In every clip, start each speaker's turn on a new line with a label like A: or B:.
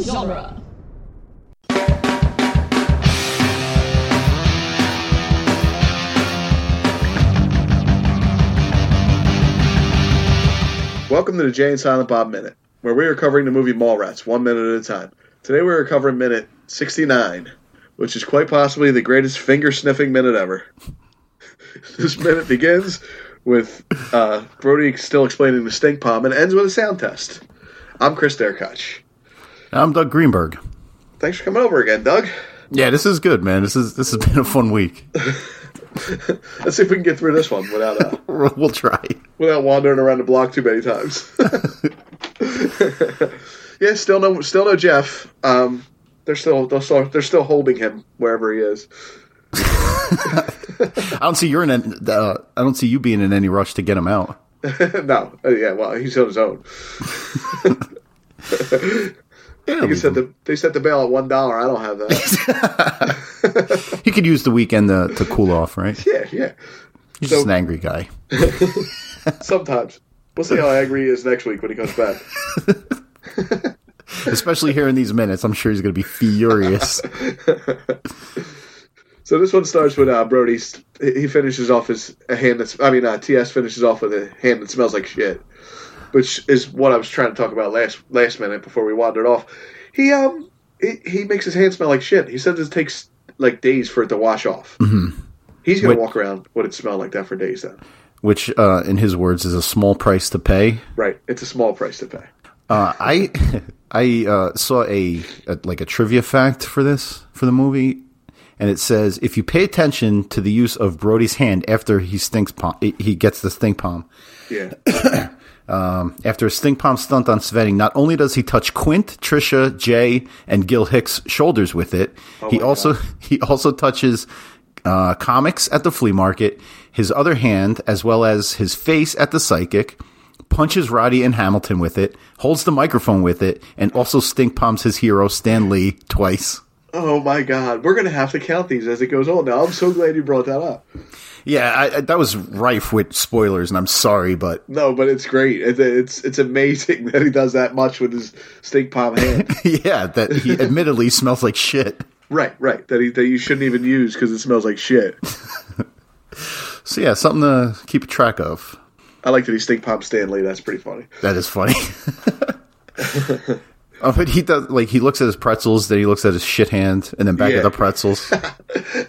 A: genre.
B: Welcome to the Jay and Silent Bob Minute, where we are covering the movie Mallrats one minute at a time. Today we are covering minute 69, which is quite possibly the greatest finger sniffing minute ever. this minute begins with uh, Brody still explaining the stink palm and ends with a sound test. I'm Chris Derkach.
C: I'm Doug Greenberg.
B: Thanks for coming over again, Doug.
C: Yeah, this is good, man. This is this has been a fun week.
B: Let's see if we can get through this one without uh,
C: we'll try.
B: without wandering around the block too many times. yeah, still no, still no Jeff. Um, they're still, they're still, they're still holding him wherever he is.
C: I don't see you're in. An, uh, I don't see you being in any rush to get him out.
B: no, Uh, yeah, well, he's on his own.
C: Yeah,
B: They can set the, they set the bail at one dollar. I don't have that.
C: he could use the weekend to, to cool off, right?
B: yeah, yeah.
C: He's
B: So-
C: just an angry guy.
B: Sometimes we'll see how angry he is next week when he comes back.
C: Especially here in these minutes, I'm sure he's going to be furious.
B: So this one starts with uh, Brody's. He finishes off his a hand that's. I mean, uh, TS finishes off with a hand that smells like shit, which is what I was trying to talk about last last minute before we wandered off. He um he, he makes his hand smell like shit. He says it takes like days for it to wash off. Mm-hmm. He's gonna
C: Wait.
B: walk around with it smell like that for days. Then
C: Which, uh, in his words, is a small price to pay.
B: right, it's a small price to pay.
C: Uh, I I uh, saw a, a like a trivia fact for this for the movie, and it says if you pay attention to the use of Brody's hand after he stinks palm, he gets the stink palm.
B: Yeah,
C: After a stink palm stunt on Svenning, not only does he touch Quint, Trisha, Jay, and Gil Hicks' shoulders with it, he
B: my
C: also he also touches uh, comics at the flea market, his other hand, as well as his face at the psychic, punches Roddy and Hamilton with it, holds the microphone with it, and also stink palms his hero Stan Lee twice.
B: Oh my God, we're gonna have to count these as it goes on. Now I'm so glad you brought that up.
C: Yeah, I, I, that was rife with spoilers, and I'm sorry, but
B: No, but it's great. It's it's, it's amazing that he does that much with his stink palm hand.
C: yeah, that he admittedly smells like shit.
B: right, right. That he, that you shouldn't even use because it smells like shit.
C: So yeah, something to keep track of.
B: I like that he stink palm Stanley. That's pretty funny.
C: That is funny. oh, but he does like he looks at his pretzels, then he looks at his shit hand, and then back
B: Yeah.
C: at the pretzels.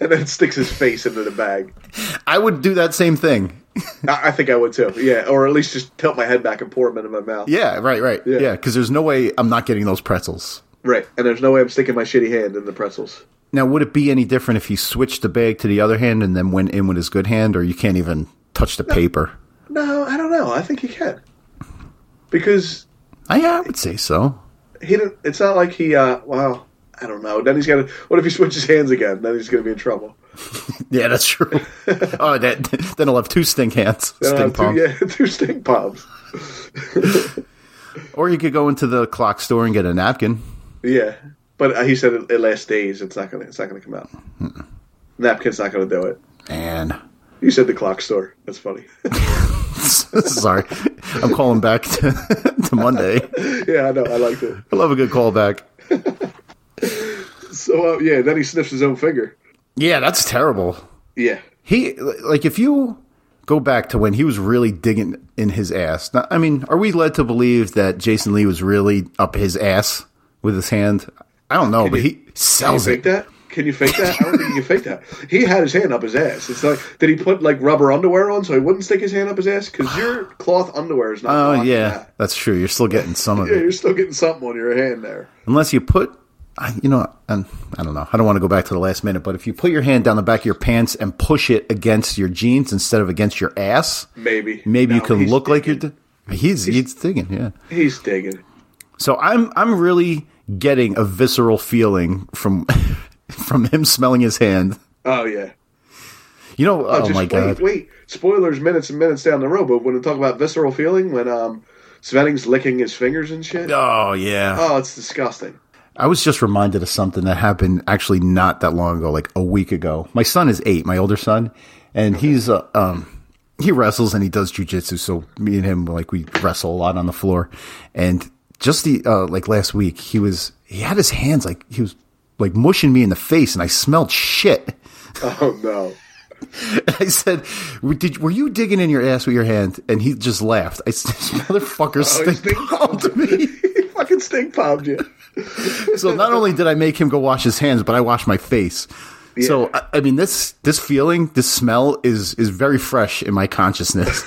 B: And then sticks his face into the bag.
C: I would do that same thing.
B: I, I think I would too. Yeah, or at least just tilt my head back and pour them into my mouth.
C: Yeah, right, right.
B: Yeah.
C: Yeah, because there's no way I'm not getting those pretzels.
B: Right. And there's no way I'm sticking my shitty hand in the pretzels.
C: Now, would it be any different if he switched the bag to the other hand and then went in with his good hand, or you can't even touch the paper?
B: No, I don't know. I think you can because
C: I, yeah, I would say so.
B: he didn't. It's not like he. uh Wow. I don't know. Then he's gonna. What if he switches hands again? Then he's gonna be in trouble.
C: Yeah, that's true. oh, that, then I'll have two stink hands,
B: Then I'll have
C: stink palms.
B: Two, yeah, two stink palms.
C: Or you could go into the clock store and get a napkin.
B: Yeah, but uh, he said it, it lasts days. It's not gonna. It's not gonna come out. Napkin's not gonna do it.
C: Man.
B: You said the clock store. That's funny.
C: Sorry. I'm calling back to, to Monday.
B: yeah, I know. I liked it.
C: I love a good callback.
B: So uh, yeah, then he sniffs his own finger.
C: Yeah, that's terrible.
B: Yeah,
C: He like if you go back to when he was really digging in his ass. Now, I mean, are we led to believe that Jason Lee was really up his ass with his hand? I don't know, but he
B: can you
C: sells
B: fake
C: it.
B: that? Can you fake that? I don't think you can fake that. He had his hand up his ass. It's like, did he put like rubber underwear on so he wouldn't stick his hand up his ass? Because your cloth underwear is not.
C: Oh
B: blocking
C: yeah,
B: that.
C: that's true. You're still getting some of
B: Yeah,
C: it,
B: you're still getting something on your hand there.
C: unless you put. I, you know, and I don't know. I don't want to go back to the last minute, but if you put your hand down the back of your pants and push it against your jeans instead of against your ass,
B: Maybe.
C: maybe you
B: No,
C: can
B: he's
C: look like you're.
B: digging.
C: di- he's he's digging, yeah.
B: He's digging.
C: So I'm I'm really getting a visceral feeling from from him smelling his hand.
B: Oh yeah.
C: You know, oh,
B: Just
C: my
B: wait,
C: god,
B: Wait, spoilers minutes and minutes down the road, but when we talk about visceral feeling, when um Svenning's licking his fingers and shit.
C: oh yeah.
B: Oh, it's disgusting.
C: I was just reminded of something that happened actually not that long ago, like a week ago. My son is eight, my older son, and he's uh, um he wrestles and he does jujitsu. So me and him like we wrestle a lot on the floor, and just the uh, like last week he was he had his hands like he was like mushing me in the face, and I smelled shit.
B: Oh no.
C: I said, "W- "Did were you digging in your ass with your hand?" And he just laughed. I said, "This motherfucker
B: Oh, he
C: stink
B: stink
C: bombed me."
B: he fucking stink palmed you.
C: So not only did I make him go wash his hands, but I washed my face. So I, I mean, this this feeling, this smell is is very fresh in my consciousness.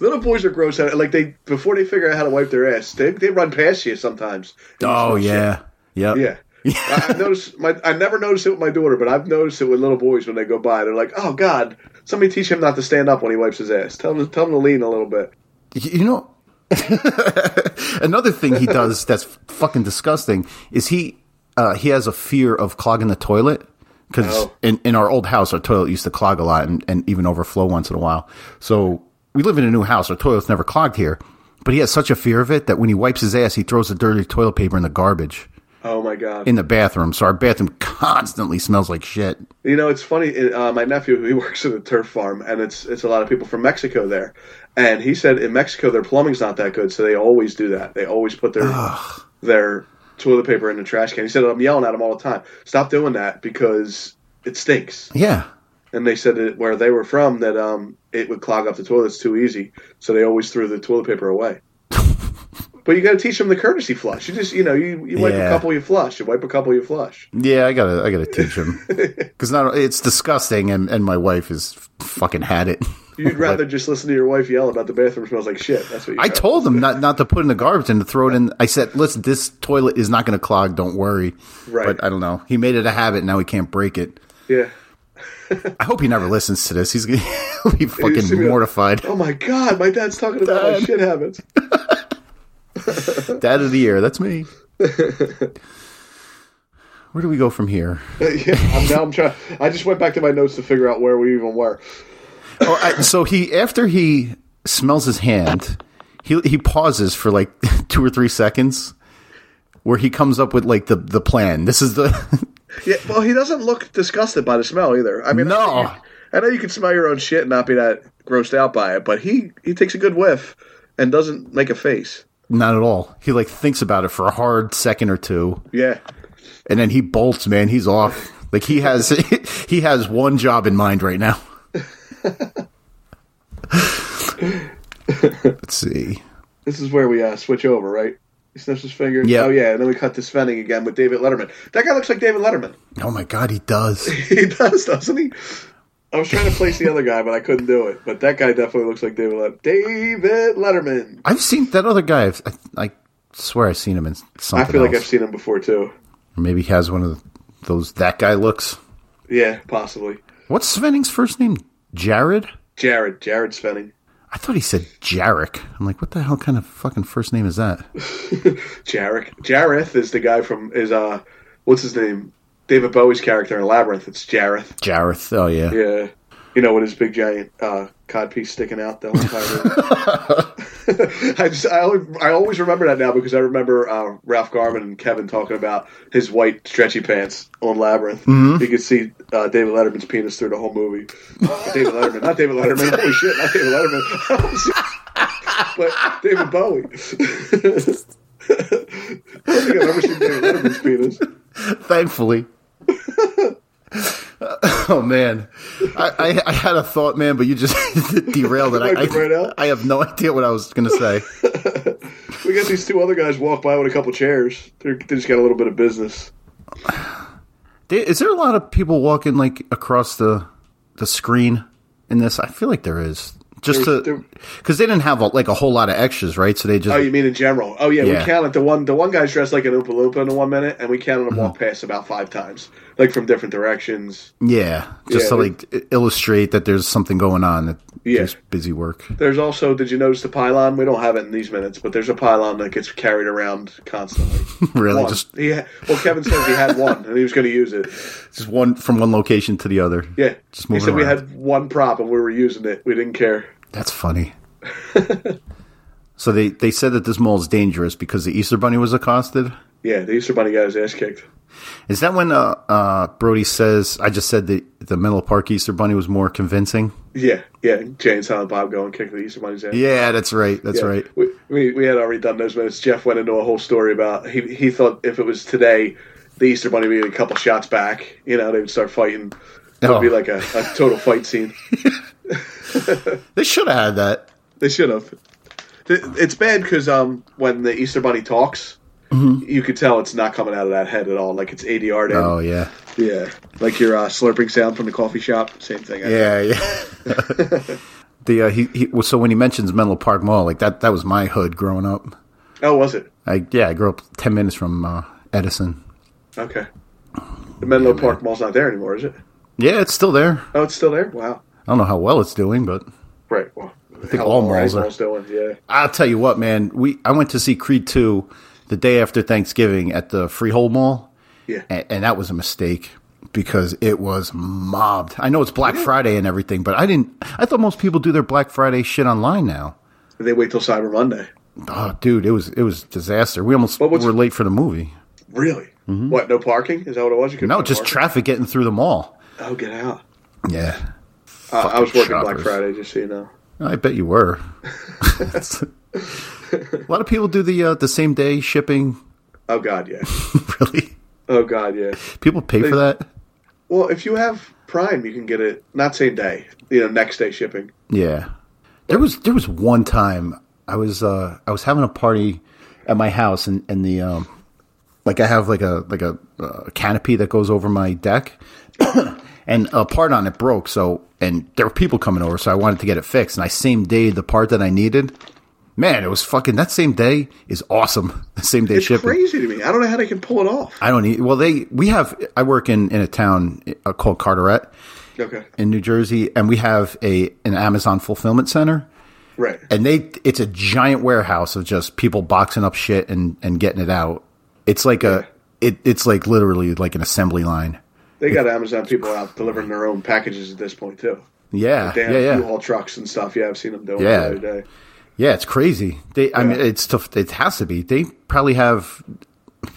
B: Little boys are gross out. Like they before they figure out how to wipe their ass, they they run past you sometimes. and you
C: oh
B: smell shit.
C: yeah, yep.
B: Yeah. I, I've noticed my I never noticed it with my daughter, but I've noticed it with little boys when they go by. They're like, "Oh God, somebody teach him not to stand up when he wipes his ass. Tell him, tell him to lean a little bit."
C: You know, another thing he does that's fucking disgusting is he uh, he has a fear of clogging the toilet because
B: Oh.
C: in, in our old house our toilet used to clog a lot and, and even overflow once in a while. So we live in a new house. Our toilet's never clogged here, but he has such a fear of it that when he wipes his ass, he throws the dirty toilet paper in the garbage
B: Oh my God!
C: in the bathroom. So our bathroom constantly smells like shit.
B: you know, it's funny. Uh, my nephew he works at a turf farm, and it's it's a lot of people from Mexico there. And he said in Mexico their plumbing's not that good, so they always do that. They always put their their toilet paper in the trash can. He said, "I'm yelling at him all the time. Stop doing that because it stinks."
C: Yeah,
B: and they said that where they were from that um, it would clog up the toilets too easy, so they always threw the toilet paper away. but you got to teach them the courtesy flush. You just you know you, you wipe
C: Yeah.
B: a couple, you flush. You wipe a couple, you flush.
C: yeah. I gotta I gotta teach him because not it's disgusting and and my wife has fucking had it.
B: You'd rather just listen to your wife yell about the bathroom smells like shit. That's what you
C: I told them not, not to put in the garbage and to throw it in. I said, listen, this toilet is not going to clog. Don't worry.
B: Right.
C: But I don't know. He made it a habit. Now he can't break it.
B: Yeah.
C: I hope he never listens to this. He's going to be
B: He's gonna
C: fucking
B: be like,
C: mortified.
B: Oh my god, my dad's talking about
C: Dad.
B: my shit habits.
C: Dad of the year. That's me. Where do we go from here?
B: yeah, I'm, now I'm trying. I just went back to my notes to figure out where we even were.
C: Oh, I, so he after he smells his hand, he he pauses for like two or three seconds, where he comes up with like the the plan. This is the
B: Yeah, well, he doesn't look disgusted by the smell either. I mean,
C: No.
B: I know, you, I know you can smell your own shit and not be that grossed out by it, but he he takes a good whiff and doesn't make a face.
C: not at all. He like thinks about it for a hard second or two.
B: Yeah,
C: and then he bolts man he's off like he has he has one job in mind right now let's see
B: this is where we uh, switch over, right? He sniffs his finger.
C: Yeah.
B: Oh yeah, and then we cut to Svenning again with David Letterman. That guy looks like David Letterman.
C: oh my god he does
B: He does, doesn't he? I was trying to place the other guy, but I couldn't do it. But that guy definitely looks like David Letterman. David Letterman.
C: i've seen that other guy I've, I, I swear i've seen him in
B: I
C: something
B: feel like
C: else.
B: I've seen him before too.
C: Or maybe he has one of those that guy looks
B: Yeah, possibly.
C: what's svenning's first name jared
B: Jared. Jared Svenning.
C: i thought he said jarek i'm like what the hell kind of fucking first name is that
B: Jarek. Jareth is the guy from is uh what's his name? David Bowie's character in Labyrinth. It's Jareth.
C: jareth oh yeah,
B: Yeah. You know, with his big giant uh, codpiece sticking out the whole time. I just I always, I always remember that now because I remember uh, Ralph Garman and Kevin talking about his white stretchy pants on Labyrinth. You could see uh, David Letterman's penis through the whole movie. David Letterman, not David Letterman. Holy shit, not David Letterman. but David Bowie. I don't think I've ever seen David Letterman's penis.
C: thankfully. oh man, I, I, I had a thought, man, but you just derailed it. I,
B: Wiped it right
C: I,
B: out.
C: I have no idea what I was going to say.
B: We got these two other guys walk by with a couple chairs. They're, they just got a little bit of business.
C: There- Is there a lot of people walking like across the the screen in this? I feel like there is. Just
B: There's-
C: to
B: there-
C: because they didn't have a, like a whole lot of extras, right? So they just
B: Oh, you mean in general? Oh yeah,
C: Yeah.
B: we counted the one. The one guy's dressed like an Oompa Loompa in the one minute, and we counted him
C: Uh-huh.
B: walk past about five times, like from different directions.
C: yeah, just
B: Yeah,
C: to
B: they-
C: like i- illustrate that there's something going on. That
B: Yeah.
C: there's busy work.
B: There's also, did you notice the pylon? We don't have it in these minutes, but there's a pylon that gets carried around constantly.
C: really,
B: one.
C: just
B: He ha- well, Kevin says he had one, and he was going to use it.
C: just one from one location to the other.
B: Yeah,
C: Just
B: he
C: moving
B: said we
C: around.
B: had one prop and we were using it. We didn't care.
C: That's funny. so they, they said that this mole is dangerous because the Easter Bunny was accosted.
B: Yeah, the Easter Bunny got his ass kicked.
C: Is that when uh, uh, Brody says, I just said that the Menlo Park Easter Bunny was more convincing?
B: Yeah, yeah. Jay and Silent Bob go and kick the Easter Bunny's ass.
C: Yeah, that's right. That's
B: Yeah.
C: right.
B: We, we, we had already done those minutes. Jeff went into a whole story about he he thought if it was today, the Easter Bunny would be a couple shots back. You know, they would start fighting. It would
C: Oh.
B: be like a, a total fight scene.
C: They should have had that.
B: They should have. Th- It's bad because um, when the Easter Bunny talks, you could tell it's not coming out of that head at all. Like it's ADR.
C: Mm-hmm. Oh yeah,
B: Yeah, like your uh, slurping sound from the coffee shop. Same thing. I
C: yeah, yeah. the uh, he, he well, so when he mentions Menlo Park Mall, like that that was my hood growing up.
B: think. Oh, was it?
C: I yeah, I grew up ten minutes from uh, Edison.
B: Okay. The Menlo Park Mall's not there anymore, is it?
C: Yeah, it's still there.
B: Oh, it's still there. Wow.
C: I don't know how well it's doing, but
B: Right. Well, I
C: think all malls are.
B: doing. Yeah.
C: I'll tell you what, man. We I went to see Creed two the day after Thanksgiving at the Freehold Mall,
B: Yeah.
C: and, and that was a mistake because it was mobbed. I know it's Black Friday and everything, but I didn't. I thought most people do their Black Friday shit online now.
B: They wait till Cyber Monday.
C: Oh, dude, it was it was disaster. We almost
B: But what's-
C: were late for the movie.
B: Really? What? No parking? Is that what it was? You couldn't
C: Mm-hmm. No,
B: find
C: just
B: parking?
C: traffic getting through the mall.
B: oh, get out.
C: Yeah,
B: Uh, I was working Black
C: shoppers.
B: Friday, just so you know.
C: I bet you were. a lot of people do the uh, the same day shipping.
B: Oh God, yeah.
C: really,
B: Oh God, yeah.
C: people pay for that.
B: Well, if you have Prime, you can get it not same day. You know, next day shipping.
C: Yeah. There was there was one time I was uh I was having a party at my house and and the um like I have like a like a uh, canopy that goes over my deck and a part on it broke so and there were people coming over so I wanted to get it fixed and I same day the part that I needed man it was fucking that same day is awesome the same day
B: It's
C: shipping
B: crazy to me. I don't know how they can pull it off.
C: I don't need well they we have I work in in a town uh, called Carteret
B: Okay.
C: in New Jersey and we have a an Amazon fulfillment center
B: Right.
C: and they it's a giant warehouse of just people boxing up shit and and getting it out it's like a it, it's like literally like an assembly line
B: They got Amazon people out delivering their own packages at this point too.
C: yeah
B: They have
C: yeah yeah
B: U-Haul trucks and stuff. Yeah, I've seen them doing
C: Yeah.
B: it the other day.
C: yeah it's crazy they i mean it's tough it has to be they probably have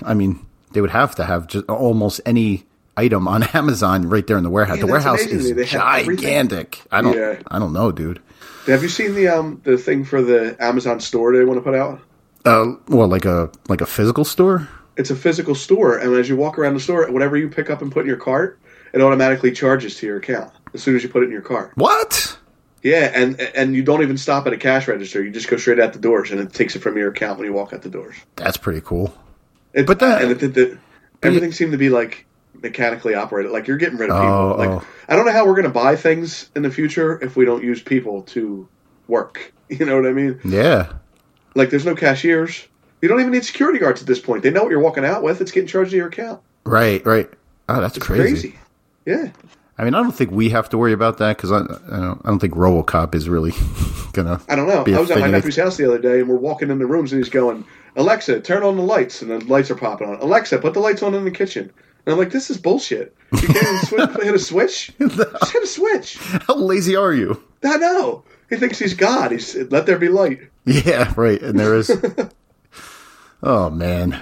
C: i mean they would have to have just almost any item on amazon right there in the warehouse
B: Yeah,
C: the
B: that's
C: warehouse
B: amazing.
C: is
B: They have everything.
C: gigantic i don't
B: Yeah.
C: i don't know dude
B: Have you seen the um the thing for the Amazon store they want to put out?
C: uh well like a like a physical store
B: It's a physical store, and as you walk around the store, whatever you pick up and put in your cart, it automatically charges to your account as soon as you put it in your cart.
C: what
B: Yeah, and and you don't even stop at a cash register; you just go straight out the doors, and it takes it from your account when you walk out the doors.
C: that's pretty cool
B: It,
C: But that-
B: and it, did the everything seemed to be like mechanically operated. Like you're getting rid of people.
C: Oh,
B: like
C: oh.
B: I don't know how we're gonna buy things in the future if we don't use people to work. You know what I mean?
C: yeah
B: Like there's no cashiers. You don't even need security guards at this point. They know what you're walking out with. It's getting charged to your account.
C: right right oh that's crazy.
B: Crazy. Yeah.
C: I mean, I don't think we have to worry about that because I, I don't, I don't think RoboCop is really gonna.
B: I don't know.
C: Be a
B: I was at my
C: thing in it.
B: nephew's house the other day, and we're walking in the rooms, and he's going, "Alexa, turn on the lights," and the lights are popping on. Alexa, put the lights on in the kitchen. And I'm like, "This is bullshit. You can't even switch, hit a switch. Just hit a switch."
C: How lazy are you?
B: I know. He thinks he's God. He's let there be light.
C: Yeah, right. And there is. oh man,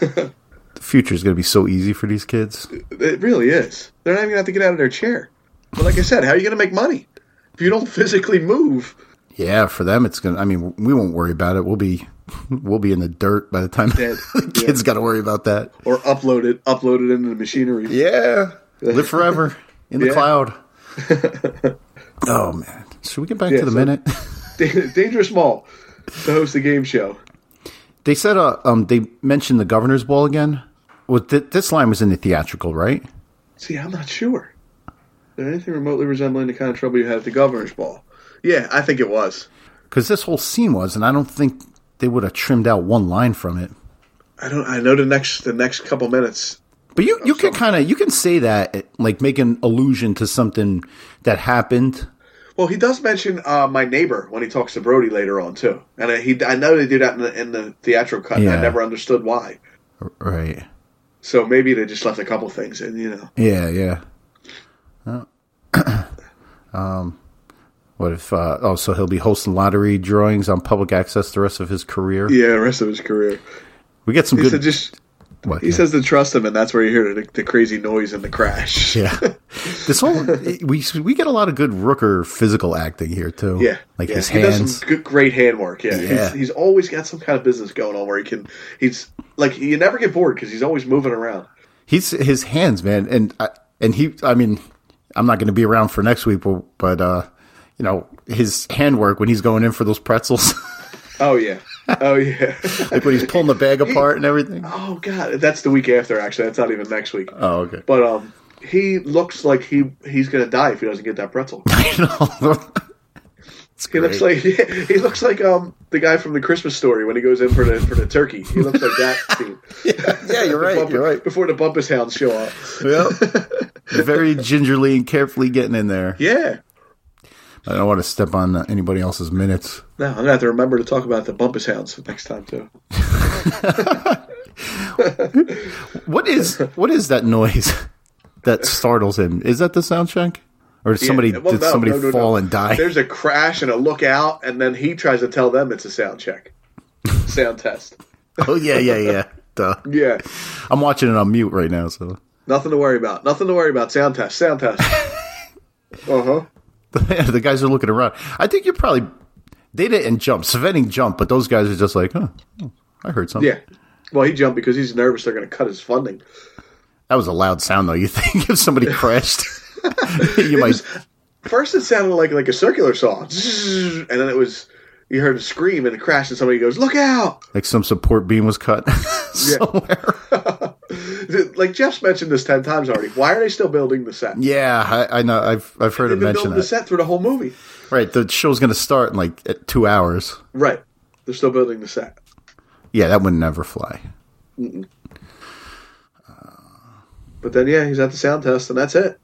C: the future is gonna be so easy for these kids.
B: It really is. They're not even gonna have to get out of their chair. But like I said, how are you gonna make money if you don't physically move?
C: Yeah, for them, it's gonna. I mean, we won't worry about it. We'll be, we'll be in the dirt by the time
B: Dead.
C: the kids got to worry about that.
B: Or upload it, upload it into the machinery.
C: Yeah, live forever in the
B: Yeah.
C: cloud. oh man, should we get back to the
B: so-
C: minute?
B: Dangerous Mall to host the game show.
C: They said uh, um they mentioned the governor's ball again. Well, th- this line was in the theatrical, right?
B: See, I'm not sure. Is there anything remotely resembling the kind of trouble you had at the governor's ball? Yeah, I think it was.
C: Because this whole scene was, and I don't think they would have trimmed out one line from it.
B: I don't. I know the next the next couple minutes.
C: But you you can kind of you can say that eh, like make an allusion to something that happened.
B: Well, he does mention uh, my neighbor when he talks to Brody later on too, and I, he I know they do that in the, in the theatrical cut. and I
C: Yeah.
B: never understood why.
C: Right.
B: So maybe they just left a couple things in, you know.
C: Yeah. Yeah. Uh, um. What if? Uh, oh, so he'll be hosting lottery drawings on public access the rest of his career.
B: Yeah, the rest of his career.
C: We get some
B: He
C: good.
B: said just
C: What?
B: He says to trust him, and that's where you hear the, the crazy noise and the crash.
C: Yeah. This whole we we get a lot of good Rooker physical acting here too.
B: Yeah,
C: like
B: yeah.
C: his
B: he
C: hands.
B: does some good, great hand work. Yeah,
C: Yeah.
B: He's, he's always got some kind of business going on where he can. He's like you never get bored because he's always moving around.
C: He's his hands, man, and I- and he. I mean, I'm not going to be around for next week, but but uh, you know his handwork when he's going in for those pretzels,
B: Oh yeah, oh yeah.
C: like when he's pulling the bag apart and everything.
B: oh god, that's the week after. Actually, that's not even next week.
C: Oh, okay.
B: But um, he looks like he he's gonna die if he doesn't get that pretzel.
C: I know. It's
B: He looks
C: great.
B: like he looks like um the guy from the Christmas story when he goes in for the for the turkey. He looks like that scene.
C: yeah, you're right.
B: Bumper-
C: You're right.
B: Before the Bumpus Hounds show up.
C: Yep. Very gingerly and carefully getting in there.
B: Yeah.
C: I don't want to step on uh, anybody else's minutes.
B: No, I'm gonna have to remember to talk about the Bumpus Hounds next time too.
C: What is what is that noise that startles him? Is that the sound check? Or did somebody
B: Yeah, well,
C: did
B: no,
C: somebody
B: no, no,
C: fall
B: no.
C: and die?
B: There's a crash and a lookout, and then he tries to tell them it's a sound check, sound test.
C: Oh yeah, yeah, yeah. Duh.
B: Yeah,
C: I'm watching it on mute right now, so
B: nothing to worry about. Nothing to worry about. Sound test. Sound test. uh huh.
C: the guys are looking around. I think you're probably they didn't jump. Svenning jumped, but those guys are just like, huh, oh, I heard something.
B: Yeah. Well, he jumped because he's nervous they're going to cut his funding.
C: That was a loud sound though. You think if somebody crashed you might
B: First, it sounded like like a circular saw, and then it was you heard a scream and a crash, and somebody goes, "Look out!"
C: like some support beam was cut somewhere.
B: Like Jeff's mentioned this ten times already. Why are they still building the set?
C: Yeah, I, I know. I've I've heard
B: They've
C: him
B: been
C: mention
B: building the
C: that.
B: set through the whole movie.
C: Right, the show's going to start in like at two hours.
B: Right. They're still building the set.
C: Yeah, that would never fly.
B: But then, yeah, he's at the sound test, and that's it.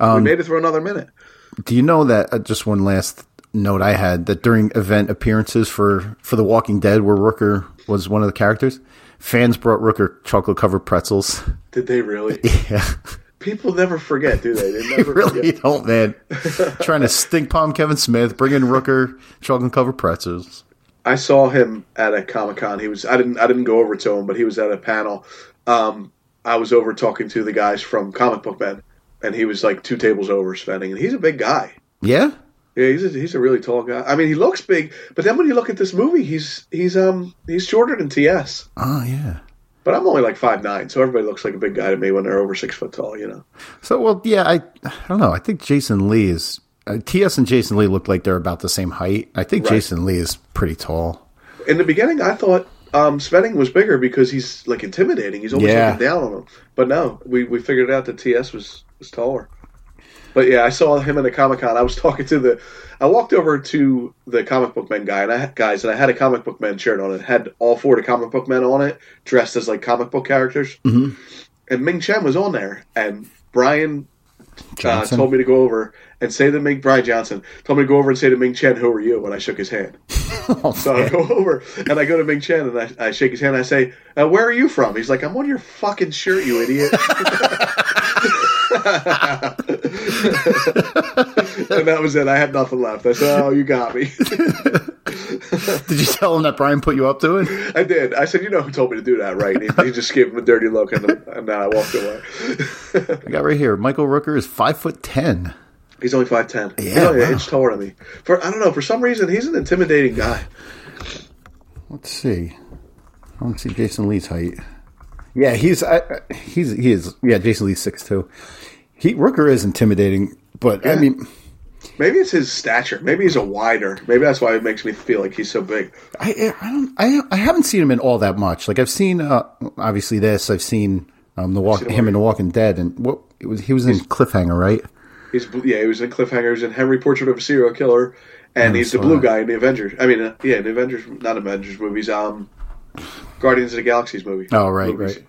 C: Um,
B: we made it through another minute.
C: Do you know that? Uh, just one last note I had that during event appearances for for The Walking Dead, where Rooker was one of the characters, fans brought Rooker chocolate covered pretzels.
B: Did they really?
C: Yeah,
B: People never forget, do they? They never
C: really
B: forget.
C: don't, man. Trying to stink palm Kevin Smith, bringing Rooker chocolate covered pretzels.
B: I saw him at a Comic Con. He was I didn't I didn't go over to him, but he was at a panel. Um, I was over talking to the guys from Comic Book Men, and he was like two tables over, spending. And he's a big guy.
C: Yeah,
B: Yeah, he's a, he's a really tall guy. I mean, he looks big, but then when you look at this movie, he's he's um he's shorter than TS.
C: oh yeah.
B: But I'm only like five nine, so everybody looks like a big guy to me when they're over six foot tall. You know.
C: So well, yeah, I I don't know. I think Jason Lee is uh, TS and Jason Lee look like they're about the same height. I think
B: Right.
C: Jason Lee is pretty tall.
B: In the beginning, I thought um, Svenning was bigger because he's like intimidating. He's always
C: Yeah.
B: looking down on him. But no, we, we figured out that TS was was taller. But yeah, I saw him in the Comic Con. I was talking to the, I walked over to the comic book men guy and I guys and I had a comic book men shirt on. It had all four of the comic book men on it, dressed as like comic book characters. Mm-hmm. And Ming Chen was on there, and Brian uh,
C: Johnson?
B: told me to go over and say to Ming Brian Johnson told me to go over and say to Ming Chen, "Who are you?" When I shook his hand. So I go over and I go to Ming Chen and I, I shake his hand. And I say, uh, "Where are you from?" He's like, "I'm on your fucking shirt, you idiot." and that was it. I had nothing left. I said, "Oh, you got me."
C: Did you tell him that Brian put you up to it?
B: I did. I said, "You know who told me to do that, right?" And he, he just gave him a dirty look, and, then- and then I walked away.
C: I got right here. Michael Rooker is five foot ten.
B: He's only five ten. he's
C: Yeah,
B: only
C: wow.
B: an inch taller than me. For I don't know. For some reason, he's an intimidating guy.
C: Let's see. I don't see Jason Lee's height. Yeah, he's I, I- he's he is. Yeah, Jason Lee's six two. He Rooker is intimidating, but I
B: Yeah.
C: mean,
B: Maybe it's his stature. Maybe he's a wider. Maybe that's why it makes me feel like he's so big.
C: I I don't I I haven't seen him in all that much. Like I've seen uh, obviously this. I've seen um the walk
B: Seen him
C: him in The Walking Dead, and what it was he was in Cliffhanger, right?
B: He's yeah, he was in Cliffhangers and Henry Portrait of a Serial Killer, and he's the
C: saw
B: blue
C: that.
B: guy in the Avengers. I mean, uh, yeah, in the Avengers, not Avengers movies. Um, Guardians of the Galaxy's movie.
C: Oh right,
B: Movies.
C: right.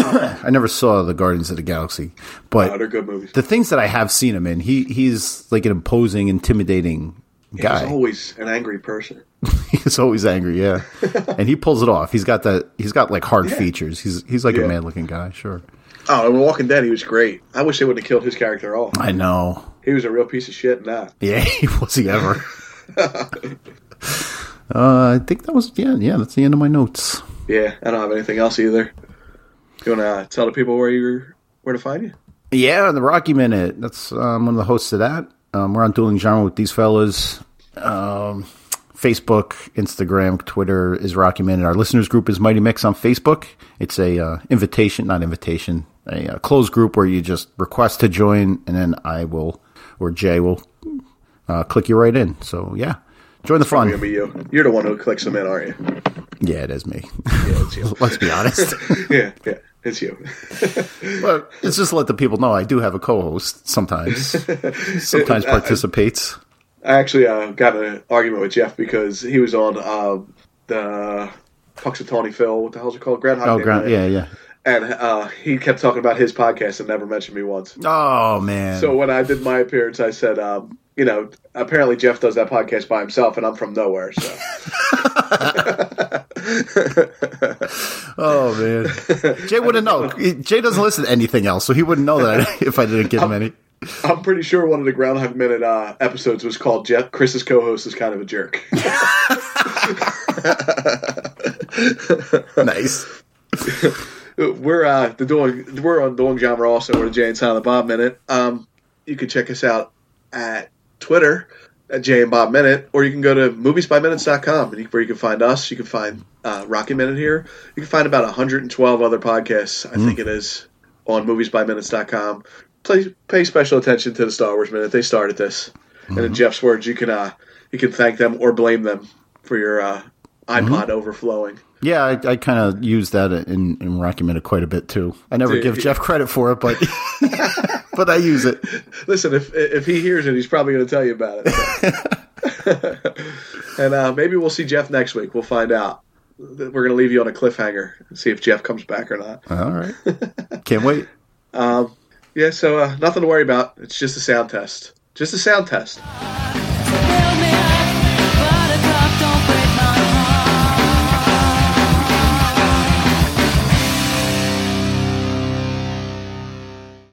C: I never saw the Guardians of the Galaxy, but
B: Uh, they're good movies.
C: the things that I have seen him in, he he's like an imposing, intimidating guy.
B: He's always an angry person.
C: he's always angry, yeah, and he pulls it off. He's got that. He's got like hard features. He's he's like
B: Yeah.
C: a mad looking guy. Sure,
B: Oh, and Walking Dead, he was great. I wish they wouldn't have killed his character off.
C: I know.
B: He was a real piece of shit in that.
C: Yeah, was he ever? uh, I think that was yeah, yeah. That's the end of my notes.
B: Yeah, I don't have anything else either. You want to tell the people where you're where to find you?
C: Yeah, the Rocky Minute. That's um, one of the hosts of that. Um, we're on Dueling Genre with these fellas. Um, Facebook, Instagram, Twitter is Rocky Minute. Our listeners group is Mighty Mix on Facebook. It's a uh, invitation, not invitation, a uh, closed group where you just request to join, and then I will or Jay will uh, click you right in. So yeah, join the
B: You're
C: fun.
B: gonna be you. You're the one who clicks them in, aren't you?
C: Yeah, it is me. Let's be honest.
B: yeah, yeah, it's you.
C: But it's just to let the people know I do have a co-host sometimes. Sometimes participates.
B: I actually uh, got in an argument with Jeff because he was on uh, the Puxatawny Phil. What the hell's it called? Grand Hockey.
C: Oh, ground, yeah, yeah.
B: And uh, he kept talking about his podcast and never mentioned me once.
C: Oh man.
B: So when I did my appearance, I said, um, you know, apparently Jeff does that podcast by himself, and I'm from nowhere. So
C: oh man. Jay wouldn't know. Jay doesn't listen to anything else, so he wouldn't know that if I didn't give him any.
B: I'm pretty sure one of the Groundhog Minute uh, episodes was called Jeff Chris's co-host is kind of a jerk.
C: Nice.
B: we're uh, the doing we're on Doing Genre also. We're the Jay and Silent Bob Minute. Um, you can check us out at Twitter at Jay and Bob Minute, or you can go to moviesbyminutes.com and you, where you can find us. You can find uh, Rocky Minute here. You can find about 112 other podcasts. I think it is on moviesbyminutes.com. Play, pay special attention to the Star Wars Minute. They started this, and in Jeff's words, you can uh, you can thank them or blame them for your uh, iPod overflowing.
C: Yeah, I, I kind of use that in, in Rocky Minute quite a bit too. I never
B: Dude,
C: give
B: he-
C: Jeff credit for it, but but I use it.
B: Listen, if if he hears it, he's probably going to tell you about it. and uh, maybe we'll see Jeff next week. We'll find out. We're going to leave you on a cliffhanger and see if Jeff comes back or not.
C: All right. Can't wait.
B: Yeah, so uh, nothing to worry about. It's just a sound test. Just a sound test.
A: Thank